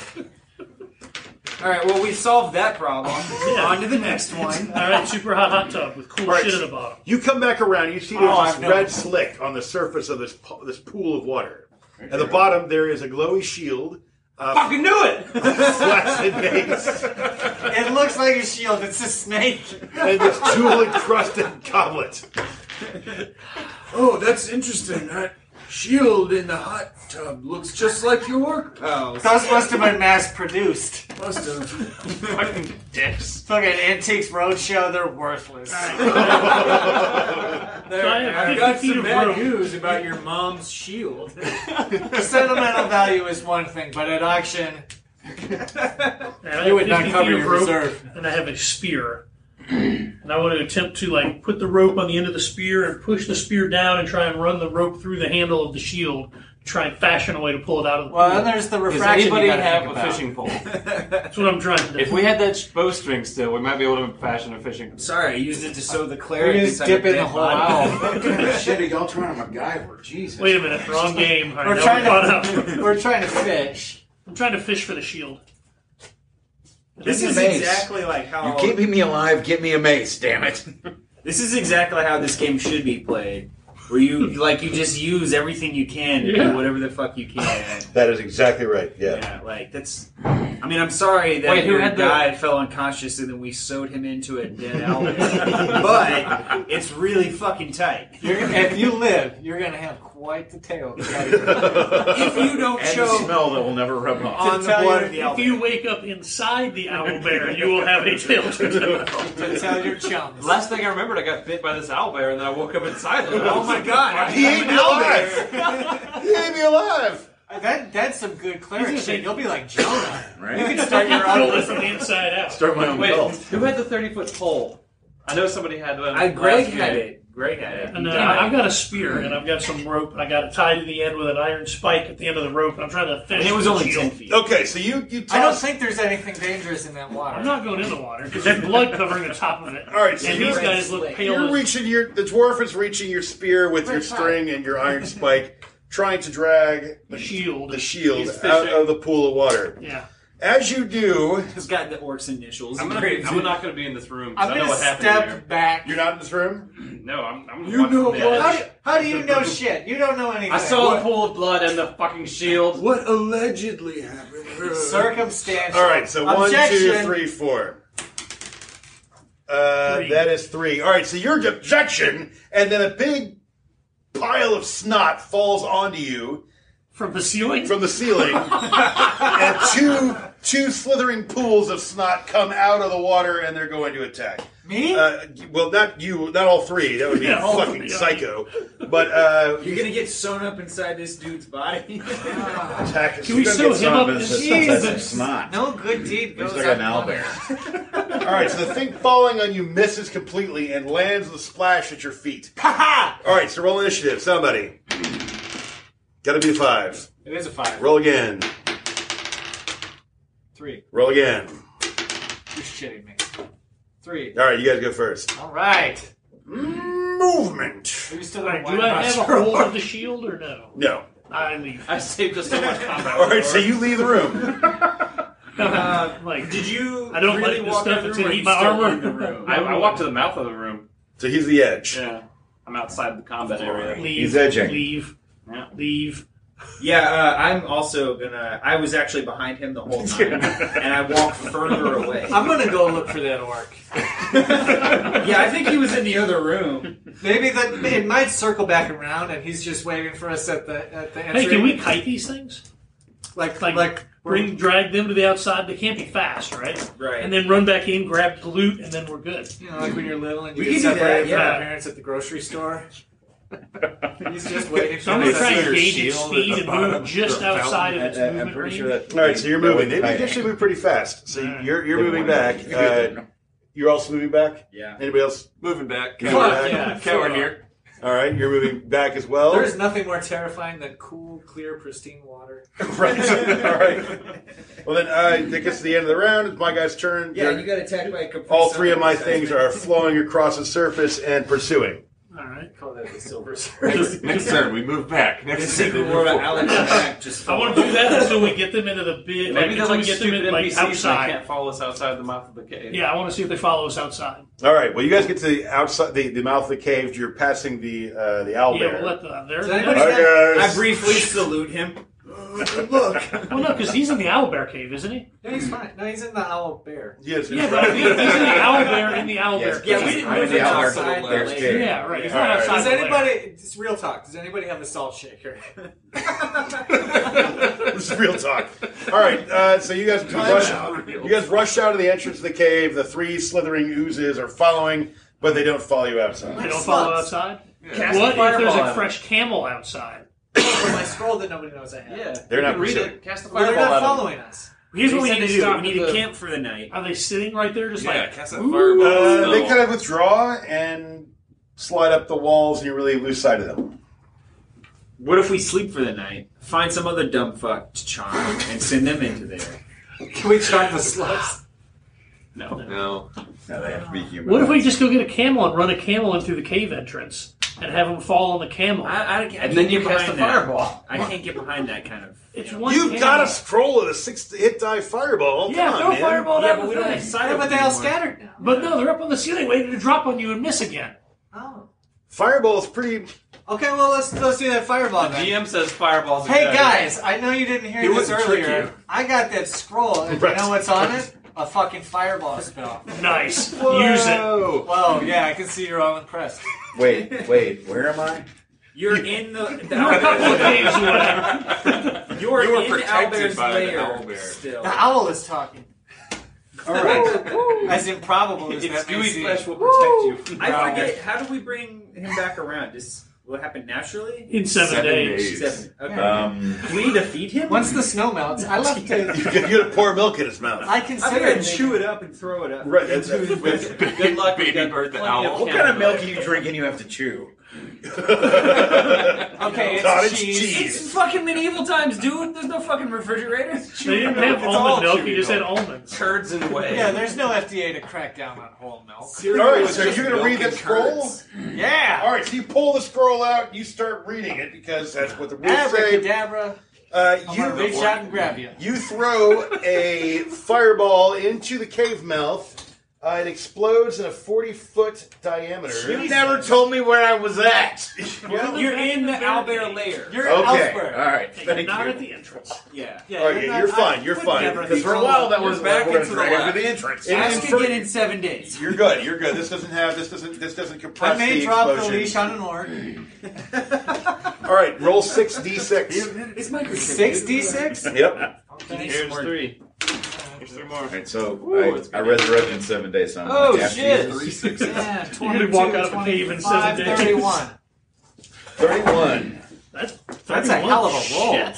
S6: All right. Well, we solved that problem. On to the next one.
S1: All right, super hot hot tub with cool
S2: Alright.
S1: shit at the bottom.
S2: You come back around, you see there's
S3: Oh,
S2: this
S3: I've
S2: red
S3: noticed.
S2: slick on the surface of this po- this pool of water. At the bottom, there is a glowy shield.
S6: Fucking do it.
S2: flaccid base,
S3: it looks like a shield. It's a snake.
S2: and this jewel encrusted goblet.
S8: Oh, that's interesting. That shield in the hot tub looks just like your work pals.
S3: Those must have been mass produced.
S8: Must have.
S4: Fucking dicks.
S3: Fucking Antiques Roadshow, they're worthless.
S6: There,
S1: I have
S6: I've
S1: 50
S6: got
S1: feet
S6: some
S1: of
S6: bad
S1: rope.
S6: news about your mom's shield.
S3: Sentimental value is one thing, but at auction,
S1: And I
S3: you would
S1: have 50
S3: not cover
S1: feet of
S3: your
S1: rope,
S3: reserve.
S1: and I have a spear. And I want to attempt to like put the rope on the end of the spear and push the spear down and try and run the rope through the handle of the shield to try and fashion a way to pull it out of the
S3: Well,
S1: pool.
S3: then there's the
S4: Does
S3: refraction.
S4: anybody
S3: you gotta
S4: have
S3: think
S4: a
S3: about.
S4: fishing pole?
S1: That's what I'm trying to do.
S4: If we had that bowstring still, we might be able to fashion a fishing.
S6: Sorry, I used it to sew the
S3: We
S6: cleric.
S3: just
S6: inside
S3: dip
S6: a
S3: in the
S6: dead
S3: whole
S6: body.
S3: owl.
S5: Shit, are y'all trying to MacGyver? Jesus.
S1: Wait a minute, wrong game. All right,
S3: We're
S1: now
S3: trying
S1: we caught up.
S3: to, we're trying to fish.
S1: I'm trying to fish for the shield.
S6: This
S5: Give me
S6: is
S5: a mace.
S6: exactly like
S5: You're
S6: how.
S5: keeping me alive. Give me a mace, damn it.
S6: This is exactly how this game should be played. Where you like you just use everything you can to
S1: Yeah.
S6: do whatever the fuck you can.
S2: That is exactly right.
S6: Yeah, like that's. I mean, I'm sorry that
S4: Wait, who
S6: your
S4: had the-
S6: guy fell unconscious and then we sewed him into a dead owl. but it's really fucking tight.
S3: You're, if you live, you're gonna have quite the tail.
S6: If you don't
S5: And the
S6: show
S5: smell that will never rub off.
S6: on the
S3: tell
S6: blood
S3: you-
S6: of the owl,
S1: If you wake up inside the owl bear, you will have a tail to tell.
S3: to tell your chums.
S4: Last thing I remembered, I got bit by this owl bear, and then I woke up inside it.
S6: oh my god,
S2: He ate me alive. he ate me alive.
S3: That that's some good cleric shit. You'll be like Jonah. You
S5: Right?
S3: can start your
S1: Kill it
S3: own.
S1: from the inside out.
S5: Start my own
S6: Oh.
S4: Wait,
S5: cult.
S4: who had the thirty foot pole? I know somebody had one.
S6: I, Uh, Greg
S4: last
S6: had
S4: year.
S6: it. Greg had it.
S1: And uh, I've got a spear and I've got some rope. I got it tied to the end with an iron spike at the end of the rope, and I'm trying to fish.
S6: And it was
S1: the
S6: only
S1: shield.
S6: ten feet.
S2: Okay, so you you. Toss,
S3: I don't think there's anything dangerous in that water.
S1: I'm not going in the water because there's blood covering the top of it.
S2: All right, so
S1: and
S2: you're-
S1: these guys look pale.
S2: You're
S1: as-
S2: reaching your the dwarf is reaching your spear with your
S3: Right side.
S2: string and your iron spike, trying to drag
S1: The shield.
S2: the shield
S4: He's
S2: out
S4: fishing.
S2: of the pool of water.
S1: Yeah.
S2: As you do,
S6: It's got the orc's initials.
S4: I'm, gonna,
S6: Greg-
S4: I'm not going to be in this room. 'cause
S3: I'm
S4: I know
S3: gonna
S4: what happened
S3: step back.
S2: you're not in this room.
S4: here. No, I'm. I'm
S8: You know what?
S3: How do, how do you know shit? You don't know anything.
S4: I saw the pool of blood and the fucking shield.
S8: What allegedly happened?
S3: circumstantial.
S2: All right, so one, two,
S3: Objection.
S2: three, four. Uh,
S1: Three.
S2: That is three. All right, so your objection, and then a big pile of snot falls onto you
S1: From the ceiling?
S2: from the ceiling, and two two slithering pools of snot come out of the water and they're going to attack.
S6: Me?
S2: Uh, well, not you, not all three. That would be
S1: Yeah, all
S2: fucking
S1: three, yeah.
S2: psycho. But uh,
S3: You're gonna get sewn up inside this dude's body.
S2: attack is
S1: Can we
S2: gonna
S1: sew
S2: get
S1: him
S2: some-
S1: up?
S5: It's just-
S6: Jesus.
S5: It's not.
S6: no good deed
S5: He's
S6: goes
S5: like an
S6: unpunished.
S5: owlbear.
S2: All right, so the thing falling on you misses completely and lands with a splash at your feet. All right, so roll initiative. Somebody. Gotta be a five.
S3: it is a five.
S2: Roll again.
S3: Three.
S2: Roll again.
S3: You're shitting me. Three.
S2: All right, you guys go first.
S6: All right.
S2: Movement.
S3: Are you still
S1: Like,
S3: like,
S1: do I have a hold of the shield or no?
S2: No.
S1: I leave.
S4: I saved us so much combat.
S2: All right, so you leave the room.
S6: uh,
S1: Like,
S3: Did you?
S1: I don't
S3: really
S1: like this
S3: walk
S1: stuff.
S3: out of
S1: It's
S3: the
S1: in
S3: room or
S1: heat my
S3: you still
S1: armor.
S3: in the room?
S4: I, I walked to the mouth of the room.
S2: So he's the edge.
S4: Yeah, I'm outside the combat area.
S1: leave,
S5: He's edging.
S1: Leave.
S4: Yeah.
S1: Leave.
S3: Yeah, uh, I'm also gonna. I was actually behind him the whole time, and I walked further away.
S6: I'm gonna go look for that orc.
S3: yeah, I think he was in the other room.
S6: Maybe that it might circle back around, and he's just waiting for us at the at the entry.
S1: Hey, can we kite these things?
S6: like
S1: like,
S6: like,
S1: Bring, drag them to the outside. They can't be fast, right?
S3: Right.
S1: And then run back in, grab loot, and then we're good.
S6: you know, like when you're little and you
S3: We
S6: get
S3: can do that,
S6: separated from
S1: yeah.
S6: your parents at the grocery store. he's just waiting.
S1: So I'm gonna
S6: for
S1: try and
S6: us.
S5: Consider
S1: gauge its
S5: shield
S1: speed
S5: at the
S1: and
S5: bottom
S1: move just
S5: of the
S1: outside of
S5: fountain.
S1: its
S5: I- I-
S1: movement range.
S5: that.
S2: All right, so you're
S5: that
S2: moving. They
S5: wouldn't
S2: they
S5: pay.
S2: actually move pretty fast. So
S1: Alright.
S2: you're you're
S5: They
S2: moving back.
S5: wouldn't.
S2: Uh, you're also moving back.
S3: Yeah.
S2: Anybody else?
S9: Moving back.
S2: Moving back?
S6: yeah.
S9: Coward here.
S2: All right, you're moving back as well.
S6: There is nothing more terrifying than cool, clear, pristine water.
S2: right. All right. Well, then uh, that gets to the end of the round. It's my guy's turn.
S3: Yeah,
S2: You're-
S3: you got attacked by a complete.
S2: all three of my
S3: sunrise.
S2: things are flowing across the surface and pursuing.
S1: All right.
S6: Call that the silver
S5: Next, next turn, we move back.
S3: The
S5: Next turn, they
S3: secret
S5: move
S3: war about
S5: forward.
S3: Alex Mack just.
S1: I want to do that until we get them into the big. Like,
S4: Maybe they're
S1: until
S4: like
S1: we get them
S4: stupid
S1: in, like
S4: NPCs that
S1: outside.
S4: can't follow us outside the mouth of the cave.
S1: Yeah, I want to see if they follow us outside.
S2: All right. Well, you guys get to the outside, the, the mouth of the cave. You're passing the uh, the owl
S1: Yeah,
S2: bear.
S1: we'll let the there.
S6: Does
S1: there-
S6: anybody-
S2: Hi,
S3: I
S2: guys.
S3: briefly salute him.
S6: Look,
S1: Well, no, because he's in the owl bear cave, isn't he?
S6: no, he's fine. No, he's in the owl bear.
S2: Yes,
S1: Yeah, but he's in the owl bear in the owl
S5: Yes,
S1: bear.
S5: yeah,
S1: cave.
S5: we didn't
S6: I'm
S5: move
S6: in
S5: it
S6: the
S5: outside
S6: outside
S5: the
S6: the
S5: last
S6: lake.
S5: cave.
S1: Yeah, right. He's
S2: All
S1: not
S2: right.
S1: outside.
S6: Does
S1: the lair.
S6: anybody? Just real talk. Does anybody have a salt shaker?
S2: this is real talk. All right. Uh, so you guys rush. You guys rush out of the entrance of the cave. The three slithering oozes are following, but they don't follow you
S1: They
S2: outside.
S1: don't follow
S6: Sluts.
S1: outside.
S4: Cast
S1: what
S4: a
S1: if there's
S4: fireball
S1: a
S4: at
S1: fresh camel outside?
S6: Or my scroll that nobody knows I
S4: him.
S6: have.
S4: Yeah,
S2: They're
S4: you
S2: not
S4: can read
S2: pursuing.
S4: it. Cast the
S6: Well, they're
S4: fireball
S6: not
S4: at him.
S6: following us.
S1: Here's what we
S3: They
S1: need to
S3: said they
S1: do. We
S3: stopped
S1: need
S3: at
S1: to
S3: the-
S1: camp for the night. Are they sitting right there, just
S9: Yeah,
S1: like
S9: cast that
S1: ooh,
S9: fireball.
S2: Uh, they
S9: No.
S2: kind of withdraw and slide up the walls, and you really lose sight of them.
S3: What if we sleep for the night? Find some other dumb fuck to charm and send them into there.
S6: Can we charm the sluts?
S4: No.
S9: No.
S5: No, they have to be human.
S1: What if we just go get a camel and run a camel in through the cave entrance and have them fall on the camel?
S3: I, I, I can't
S4: And then you
S3: get
S4: cast a
S3: behind that.
S4: fireball.
S3: I can't get behind that kind of.
S1: it's
S3: you know.
S1: one.
S2: You've
S1: camel.
S2: got a scroll of a six hit die fireball.
S1: Yeah,
S2: Come on,
S1: throw a
S2: man.
S1: fireball
S3: Yeah,
S1: down
S3: but we
S1: the
S3: don't have
S1: thing.
S3: sight
S6: Yeah,
S3: of
S6: but
S3: it
S6: they all
S3: anymore.
S6: scattered now.
S1: But no, they're up on the ceiling waiting to drop on you and miss again.
S6: Oh.
S2: Fireball is pretty.
S6: Okay, well let's let's do that fireball then.
S4: GM says fireballs. are
S6: Hey
S4: better.
S6: guys, I know you didn't hear
S9: He
S6: this
S9: wouldn't trick
S6: earlier.
S9: you.
S6: I got that scroll, and
S2: Right.
S6: you know what's on it? A fucking fireball spell.
S1: Nice. Use it.
S6: Well, yeah, I can see you're all impressed.
S5: Wait, wait, where am I?
S3: You're in the. the
S1: You're a couple of days away.
S3: You're
S9: You were
S3: in
S9: protected
S3: Owlbear's
S9: by the
S3: lair
S9: owlbear.
S3: Still.
S6: The owl is talking.
S5: All right.
S6: As improbable as
S4: It's
S6: that may
S4: gooey
S6: seem.
S4: flesh will protect you.
S3: I forget. How do we bring him back around? Just will it happen naturally?
S1: In seven,
S5: Seven
S1: days.
S5: days.
S3: Seven. Okay.
S5: Um,
S3: we defeat him.
S6: Once the snow melts, I left
S2: You
S6: it.
S2: got to pour milk in his mouth.
S6: I
S3: I'm
S6: consider
S3: gonna
S6: it.
S3: chew it up and throw it up.
S2: Right, that's-
S3: Into the
S2: that's-
S4: Good luck.
S9: Baby
S4: we've got
S9: bird the
S4: plenty
S9: owl.
S5: what kind of milk are you drinking? You have to chew.
S6: Okay, it's
S2: Cottage
S6: cheese.
S2: cheese.
S4: It's fucking medieval times, dude. There's no fucking refrigerators.
S1: They didn't have
S9: all
S1: almond milk.
S9: chewy
S1: You just had
S9: milk.
S1: almonds.
S4: Curds and whey.
S6: Yeah, there's no FDA to crack down on whole milk.
S2: All right, so you're going to read that
S9: that
S2: scroll?
S6: Yeah.
S2: All right, so you pull the scroll out, you start reading it because that's what the
S1: Ah,
S2: rules say.
S6: Abracadabra.
S2: Uh,
S6: I'm gonna
S2: you
S6: reach out and grab you.
S2: you throw a fireball into the cave mouth. Uh, it explodes in a 40 foot diameter.
S5: You never told me where I was at.
S3: You're in the owlbear lair.
S6: You're
S2: Okay,
S6: elsewhere.
S5: All right.
S1: They're
S5: Thank
S1: not
S5: you.
S1: at the entrance.
S3: Yeah.
S6: Yeah,
S2: Okay,
S6: not-
S2: you're
S6: I
S2: fine, you're
S6: would
S2: fine.
S6: never
S2: Because
S6: be
S5: For a
S6: told.
S5: while, that was
S3: Back
S5: like, we're
S3: into the
S5: dragging
S3: lab.
S5: to the entrance.
S2: It is
S6: Ask
S2: for-
S6: again in seven days.
S2: You're good. You're good. This doesn't have this doesn't this doesn't compress
S6: I may
S2: the
S6: drop
S2: explosion.
S6: the leash on an orc.
S2: All right, roll six d six.
S6: Six d six.
S2: Yep.
S6: Okay.
S4: Here's three. There's three more.
S5: All right, so
S4: Ooh, it's
S5: I, I resurrected in seven days. So I'm
S3: Oh,
S5: like,
S3: shit.
S5: Three sixes.
S6: Yeah, 22,
S1: gonna walk out of a cave in seven
S6: 25,
S1: days.
S6: 31.
S5: Thirty-one.
S1: That's 31.
S6: That's a hell of a roll.
S1: Shit.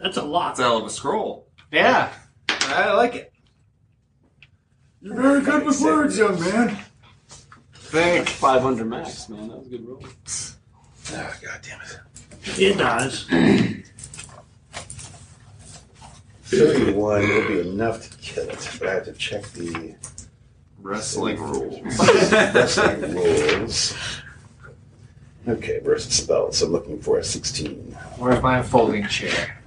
S1: That's a lot.
S5: That's a hell of a scroll.
S6: Yeah.
S3: I like it.
S10: You're very good with words, young man.
S4: Thanks. 500 max, man. That was a good roll.
S2: Ah, God damn it.
S1: It dies.
S11: 31 will be enough to kill it, but I have to check the
S5: Wrestling rules.
S11: wrestling rules. Okay, versus spells. I'm looking for a 16.
S6: Where's my folding chair?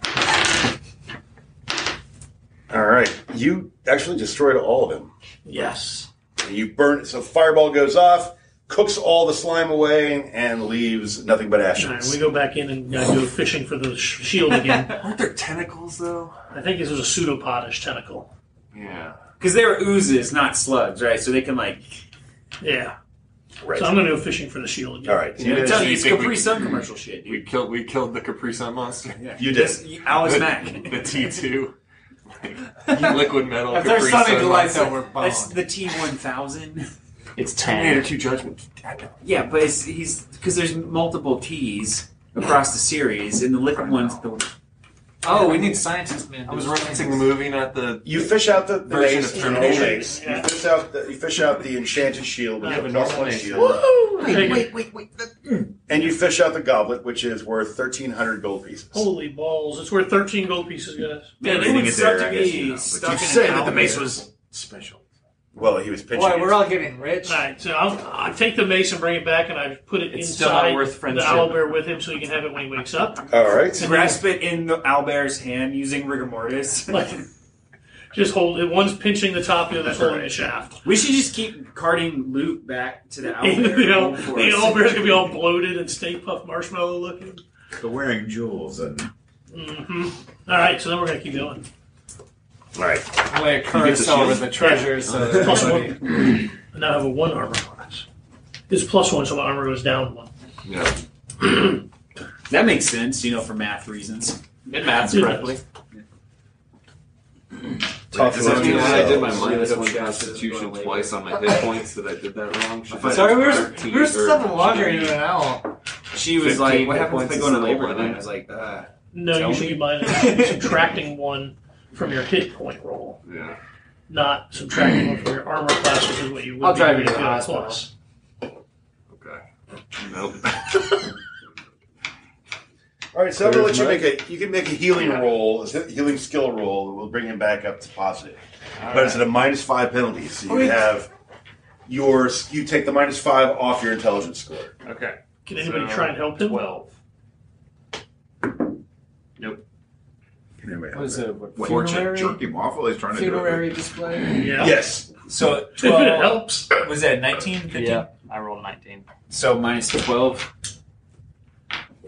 S2: All right. You actually destroyed all of them.
S1: Yes.
S2: And You burn it. So fireball goes off, cooks all the slime away, and leaves nothing but ashes.
S1: All right, we go back in and uh, go fishing for the sh- shield again.
S5: Aren't there tentacles though?
S1: I think this was a pseudopodish tentacle.
S5: Yeah.
S3: Because they were oozes, not slugs, right? So they can, like.
S1: Yeah.
S2: Right.
S1: So I'm going to go fishing for the shield again.
S2: all right.
S5: Yeah,
S3: I'm
S5: so
S3: telling you,
S5: you
S3: it's
S5: think
S3: Capri
S5: we-
S3: Sun commercial shit, dude.
S5: We killed. We killed the Capri Sun monster.
S2: You did.
S3: Alice
S5: The-
S3: Mack.
S5: The T two. liquid metal.
S6: If
S5: Capri
S6: there's Sunny
S5: Sun
S6: Delight,
S5: monster.
S6: though, we're
S3: That's
S6: boned.
S3: the T1000.
S4: It's 10.
S5: Terminator two Judgment.
S3: Yeah, but it's, he's. Because there's multiple T's across the series, and the liquid one's the.
S6: Oh, we need scientists, man.
S5: I was referencing the movie, not the.
S2: You fish out the, the
S5: Version
S2: mace,
S5: of
S2: the
S5: Terminator.
S2: mace. You
S1: Yeah.
S2: fish out the you fish out the enchanted shield, which
S1: I
S2: is
S1: have
S2: a
S5: a
S2: plus
S5: normal
S2: one
S5: mace.
S2: shield,
S1: Take it.
S5: wait, wait.
S2: and you fish out the goblet, which is worth thirteen hundred gold pieces.
S1: Holy balls. It's worth 13 gold pieces, guys.
S3: Man, it
S5: Everything
S3: would
S5: is
S3: suck
S5: there, I
S3: to
S5: guess,
S3: be
S5: you know, but
S3: stuck
S5: you
S3: in
S5: say
S3: an
S5: that the mace
S3: owlbear.
S5: was special.
S2: Well, he was pitching.
S6: Boy,
S2: it.
S6: we're all getting rich.
S1: All right, so I'll, I take the mace and bring it back, and I put it
S4: It's still not
S1: inside
S4: worth
S1: the
S4: friendship.
S1: owlbear with him so he can have it when he wakes up.
S2: all right.
S3: grasp it in the owlbear's hand using rigor mortis.
S1: Like, just hold it. One's pinching the top, the other's holding the shaft.
S3: we should just keep carting loot back to the
S1: And,
S3: owlbear.
S1: you know,
S3: Going
S1: the
S3: for us.
S1: owlbear's going to be all bloated and Stay Puff Marshmallow looking.
S5: But wearing jewels and
S1: hmm All right, so then we're going to keep going.
S2: All right.
S6: Play a carousel with the treasure, so that
S1: Plus
S6: nobody-
S1: one. I now have a one armor bonus. It's plus one, so my armor goes down one.
S5: yeah.
S3: That makes sense, you know, for math reasons.
S4: It maths
S1: Yeah.
S4: correctly.
S2: Tough
S5: Does that
S2: one
S5: mean
S2: to
S5: when I did my
S2: sell.
S5: minus one
S10: Yeah.
S5: constitution twice on my hit points that I did that wrong? Should I-
S6: Sorry, we were, we were
S5: 13 or-
S6: stepping longer than an owl.
S3: She was like,
S5: 15
S3: What happens if
S5: points
S3: I go into
S5: is
S3: labor
S5: still
S3: tonight?
S5: one.
S3: I was like, uh.
S1: No,
S3: Tell
S1: you should
S3: me.
S1: be minus subtracting one from your hit point roll,
S5: Yeah.
S1: not subtracting one from your armor class, which is what you would
S6: I'll
S1: be
S6: drive you
S1: if
S6: to the
S1: had a
S6: hospital.
S1: plus.
S5: Okay. Nope.
S2: All right. So I'm gonna let
S11: There's
S2: you
S11: mine.
S2: make a you can make a healing roll, a healing skill roll. We'll bring him back up to positive, but it's at a minus five penalty. So you
S6: Wait.
S2: have yours. You take the minus five off your intelligence score.
S4: Okay.
S1: Can anybody
S4: So,
S1: try and help him?
S4: 12.
S5: Anyway,
S6: What is it? What,
S5: Fortune
S6: funerary?
S5: jerk him off while he's trying to
S6: Funerary display?
S1: Yeah.
S2: Yes.
S3: So
S1: If it
S3: 12.
S1: helps.
S3: was that 19? 15?
S4: I rolled 19.
S3: So minus 12.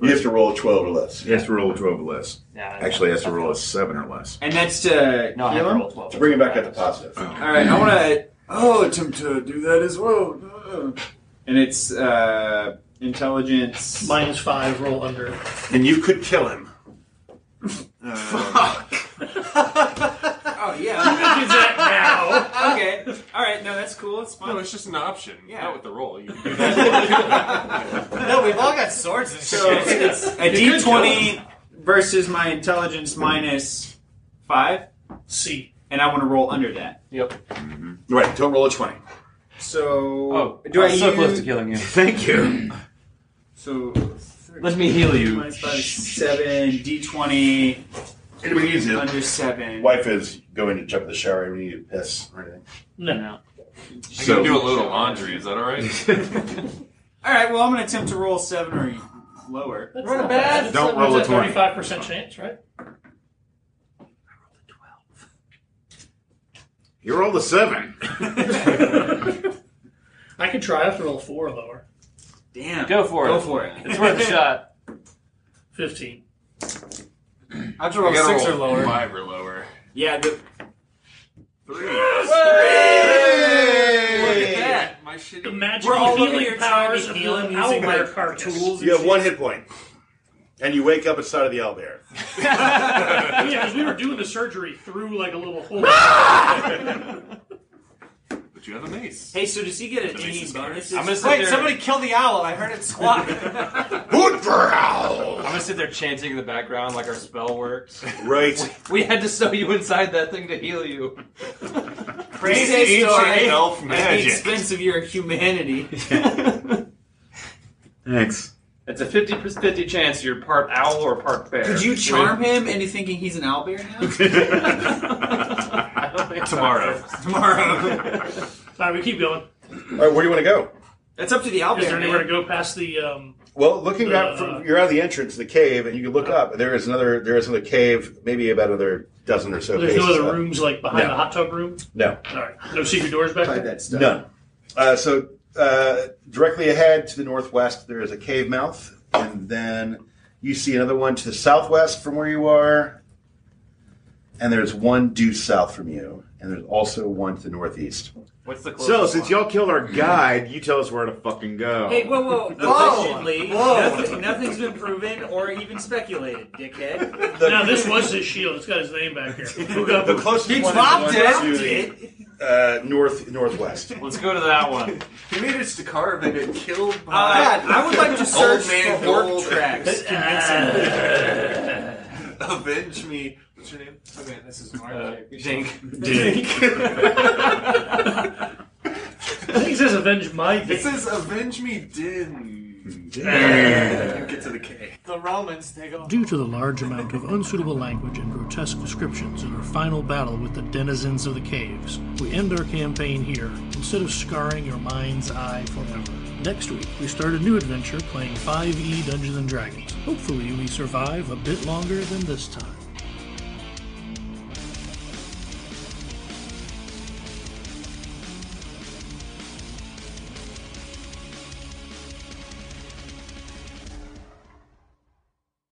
S2: You have to roll a twelve or less.
S5: He has to roll a 12 or less.
S4: Yeah.
S5: Actually, he has to roll a 7 or less.
S3: And that's
S6: uh,
S3: to.
S4: No, I
S3: heal
S4: have to
S3: him?
S4: roll 12.
S2: To bring him back up to positive.
S5: Oh.
S3: Alright, I want to.
S10: I'll attempt to do that as well. Uh,
S3: And it's uh, intelligence.
S1: Minus five, roll under.
S2: And you could kill him. Uh,
S3: Oh,
S1: Look
S3: yeah.
S1: at that
S3: okay. Alright, no, that's cool. It's fun.
S5: No, it's just an option.
S3: Yeah.
S5: Not with the roll. You can do that.
S6: No, we've all got swords and
S3: So
S6: shit.
S3: it's a d20 versus my intelligence minus 5,
S1: now. C.
S3: and I want to roll under that.
S2: right, don't roll a 20.
S3: So.
S4: Oh,
S3: do I
S4: I'm so
S3: use.
S4: close to killing you.
S5: Thank you.
S3: So.
S4: Let me heal you.
S3: Minus 5 is 7, d20
S2: Anybody needs it.
S3: under 7.
S2: Wife is going to jump in the shower and need to piss or anything.
S1: No.
S5: I can do a load of laundry. Is that all right?
S3: Alright, well, I'm going to attempt to roll 7 or lower.
S1: That's
S6: We're
S1: not
S6: not bad.
S1: That's
S5: Don't
S1: a-
S5: roll
S1: that's
S5: a 20.
S1: 35% chance, right?
S5: you rolled a 7.
S1: I could try. I have to roll four or lower.
S3: Damn.
S4: Go for it.
S3: Go for it.
S4: It's worth a shot.
S1: 15.
S6: I have to roll six or lower.
S5: 5 or lower.
S3: Yeah, the,
S5: 3.
S2: Hey!
S5: Look at that. My shit.
S1: The magical
S3: We're all over
S1: healing
S3: here trying
S1: powers
S3: to
S1: of
S3: heal
S1: the
S3: him using,
S1: owlbear
S3: like,
S1: carcass.
S3: tools.
S2: You have one hit point. And you wake up inside of the owlbear.
S12: yeah, because we were doing the surgery through like a little hole.
S13: But you have a mace.
S4: Hey, so does he get
S13: That makes
S4: any
S13: sense.
S4: bonuses?
S13: I'm
S4: I'm
S13: gonna
S4: gonna
S13: sit
S4: sit
S6: Wait,
S4: there.
S6: somebody killed the owl. I heard it squawk.
S14: Good for owl.
S4: I'm gonna sit there chanting in the background like our spell works.
S2: Right.
S4: We had to sew you inside that thing to heal you.
S3: Crazy story.
S13: elf
S3: At the
S13: magic.
S3: expense of your humanity.
S5: Thanks.
S4: It's a 50 50 chance you're part owl or part bear.
S3: Did you charm him into thinking he's an owlbear now?
S4: I don't think so.
S13: Tomorrow.
S3: Tomorrow.
S12: All right, we keep going.
S2: All right, where do you want to go?
S3: That's up to the
S12: Is there
S3: owlbear.
S12: anywhere to
S3: man.
S12: go past the? Um,
S2: Well, looking
S12: Uh,
S2: out from you're out of the entrance of the cave, and you can look up. There is another. There is another cave, maybe about another dozen or so.
S12: there's no
S2: paces
S12: other
S2: up.
S12: rooms like behind
S2: No.
S12: the hot tub room.
S2: No,
S12: All right, no secret doors back
S6: Hide
S12: there.
S6: that stuff.
S2: none. Uh, so uh, directly ahead to the northwest, there is a cave mouth, and then you see another one to the southwest from where you are, and there's one due south from you, and there's also one to the northeast.
S4: What's the closest
S5: So, since
S4: one?
S5: y'all killed our guide, you tell us where to fucking go.
S3: Hey, whoa, whoa,
S6: Whoa.
S3: allegedly,
S6: Whoa.
S3: Nothing, nothing's been proven or even speculated, dickhead.
S12: Now this was his shield. It's got his name back here.
S2: The closest
S6: He
S2: one
S6: dropped
S2: is the one
S6: it.
S2: to the, uh, north northwest.
S4: Let's go to that one.
S7: He made it to carve and it killed by
S3: Uh, I would like to search
S7: man
S3: for work
S7: Gold.
S3: tracks.
S7: Avenge Me. What's your name?
S3: Okay, this is my
S4: Uh,
S3: check.
S4: dink.
S12: I think it says avenge my
S7: It
S12: dick.
S7: says Avenge Me Din. Get to the K.
S6: The Romans, they go.
S1: Due to the large amount of unsuitable language and grotesque descriptions in our final battle with the denizens of the caves, we end our campaign here instead of scarring your mind's eye forever. Next week, we start a new E adventure playing 5e Dungeons and Dragons. Hopefully, we survive a bit longer than this time.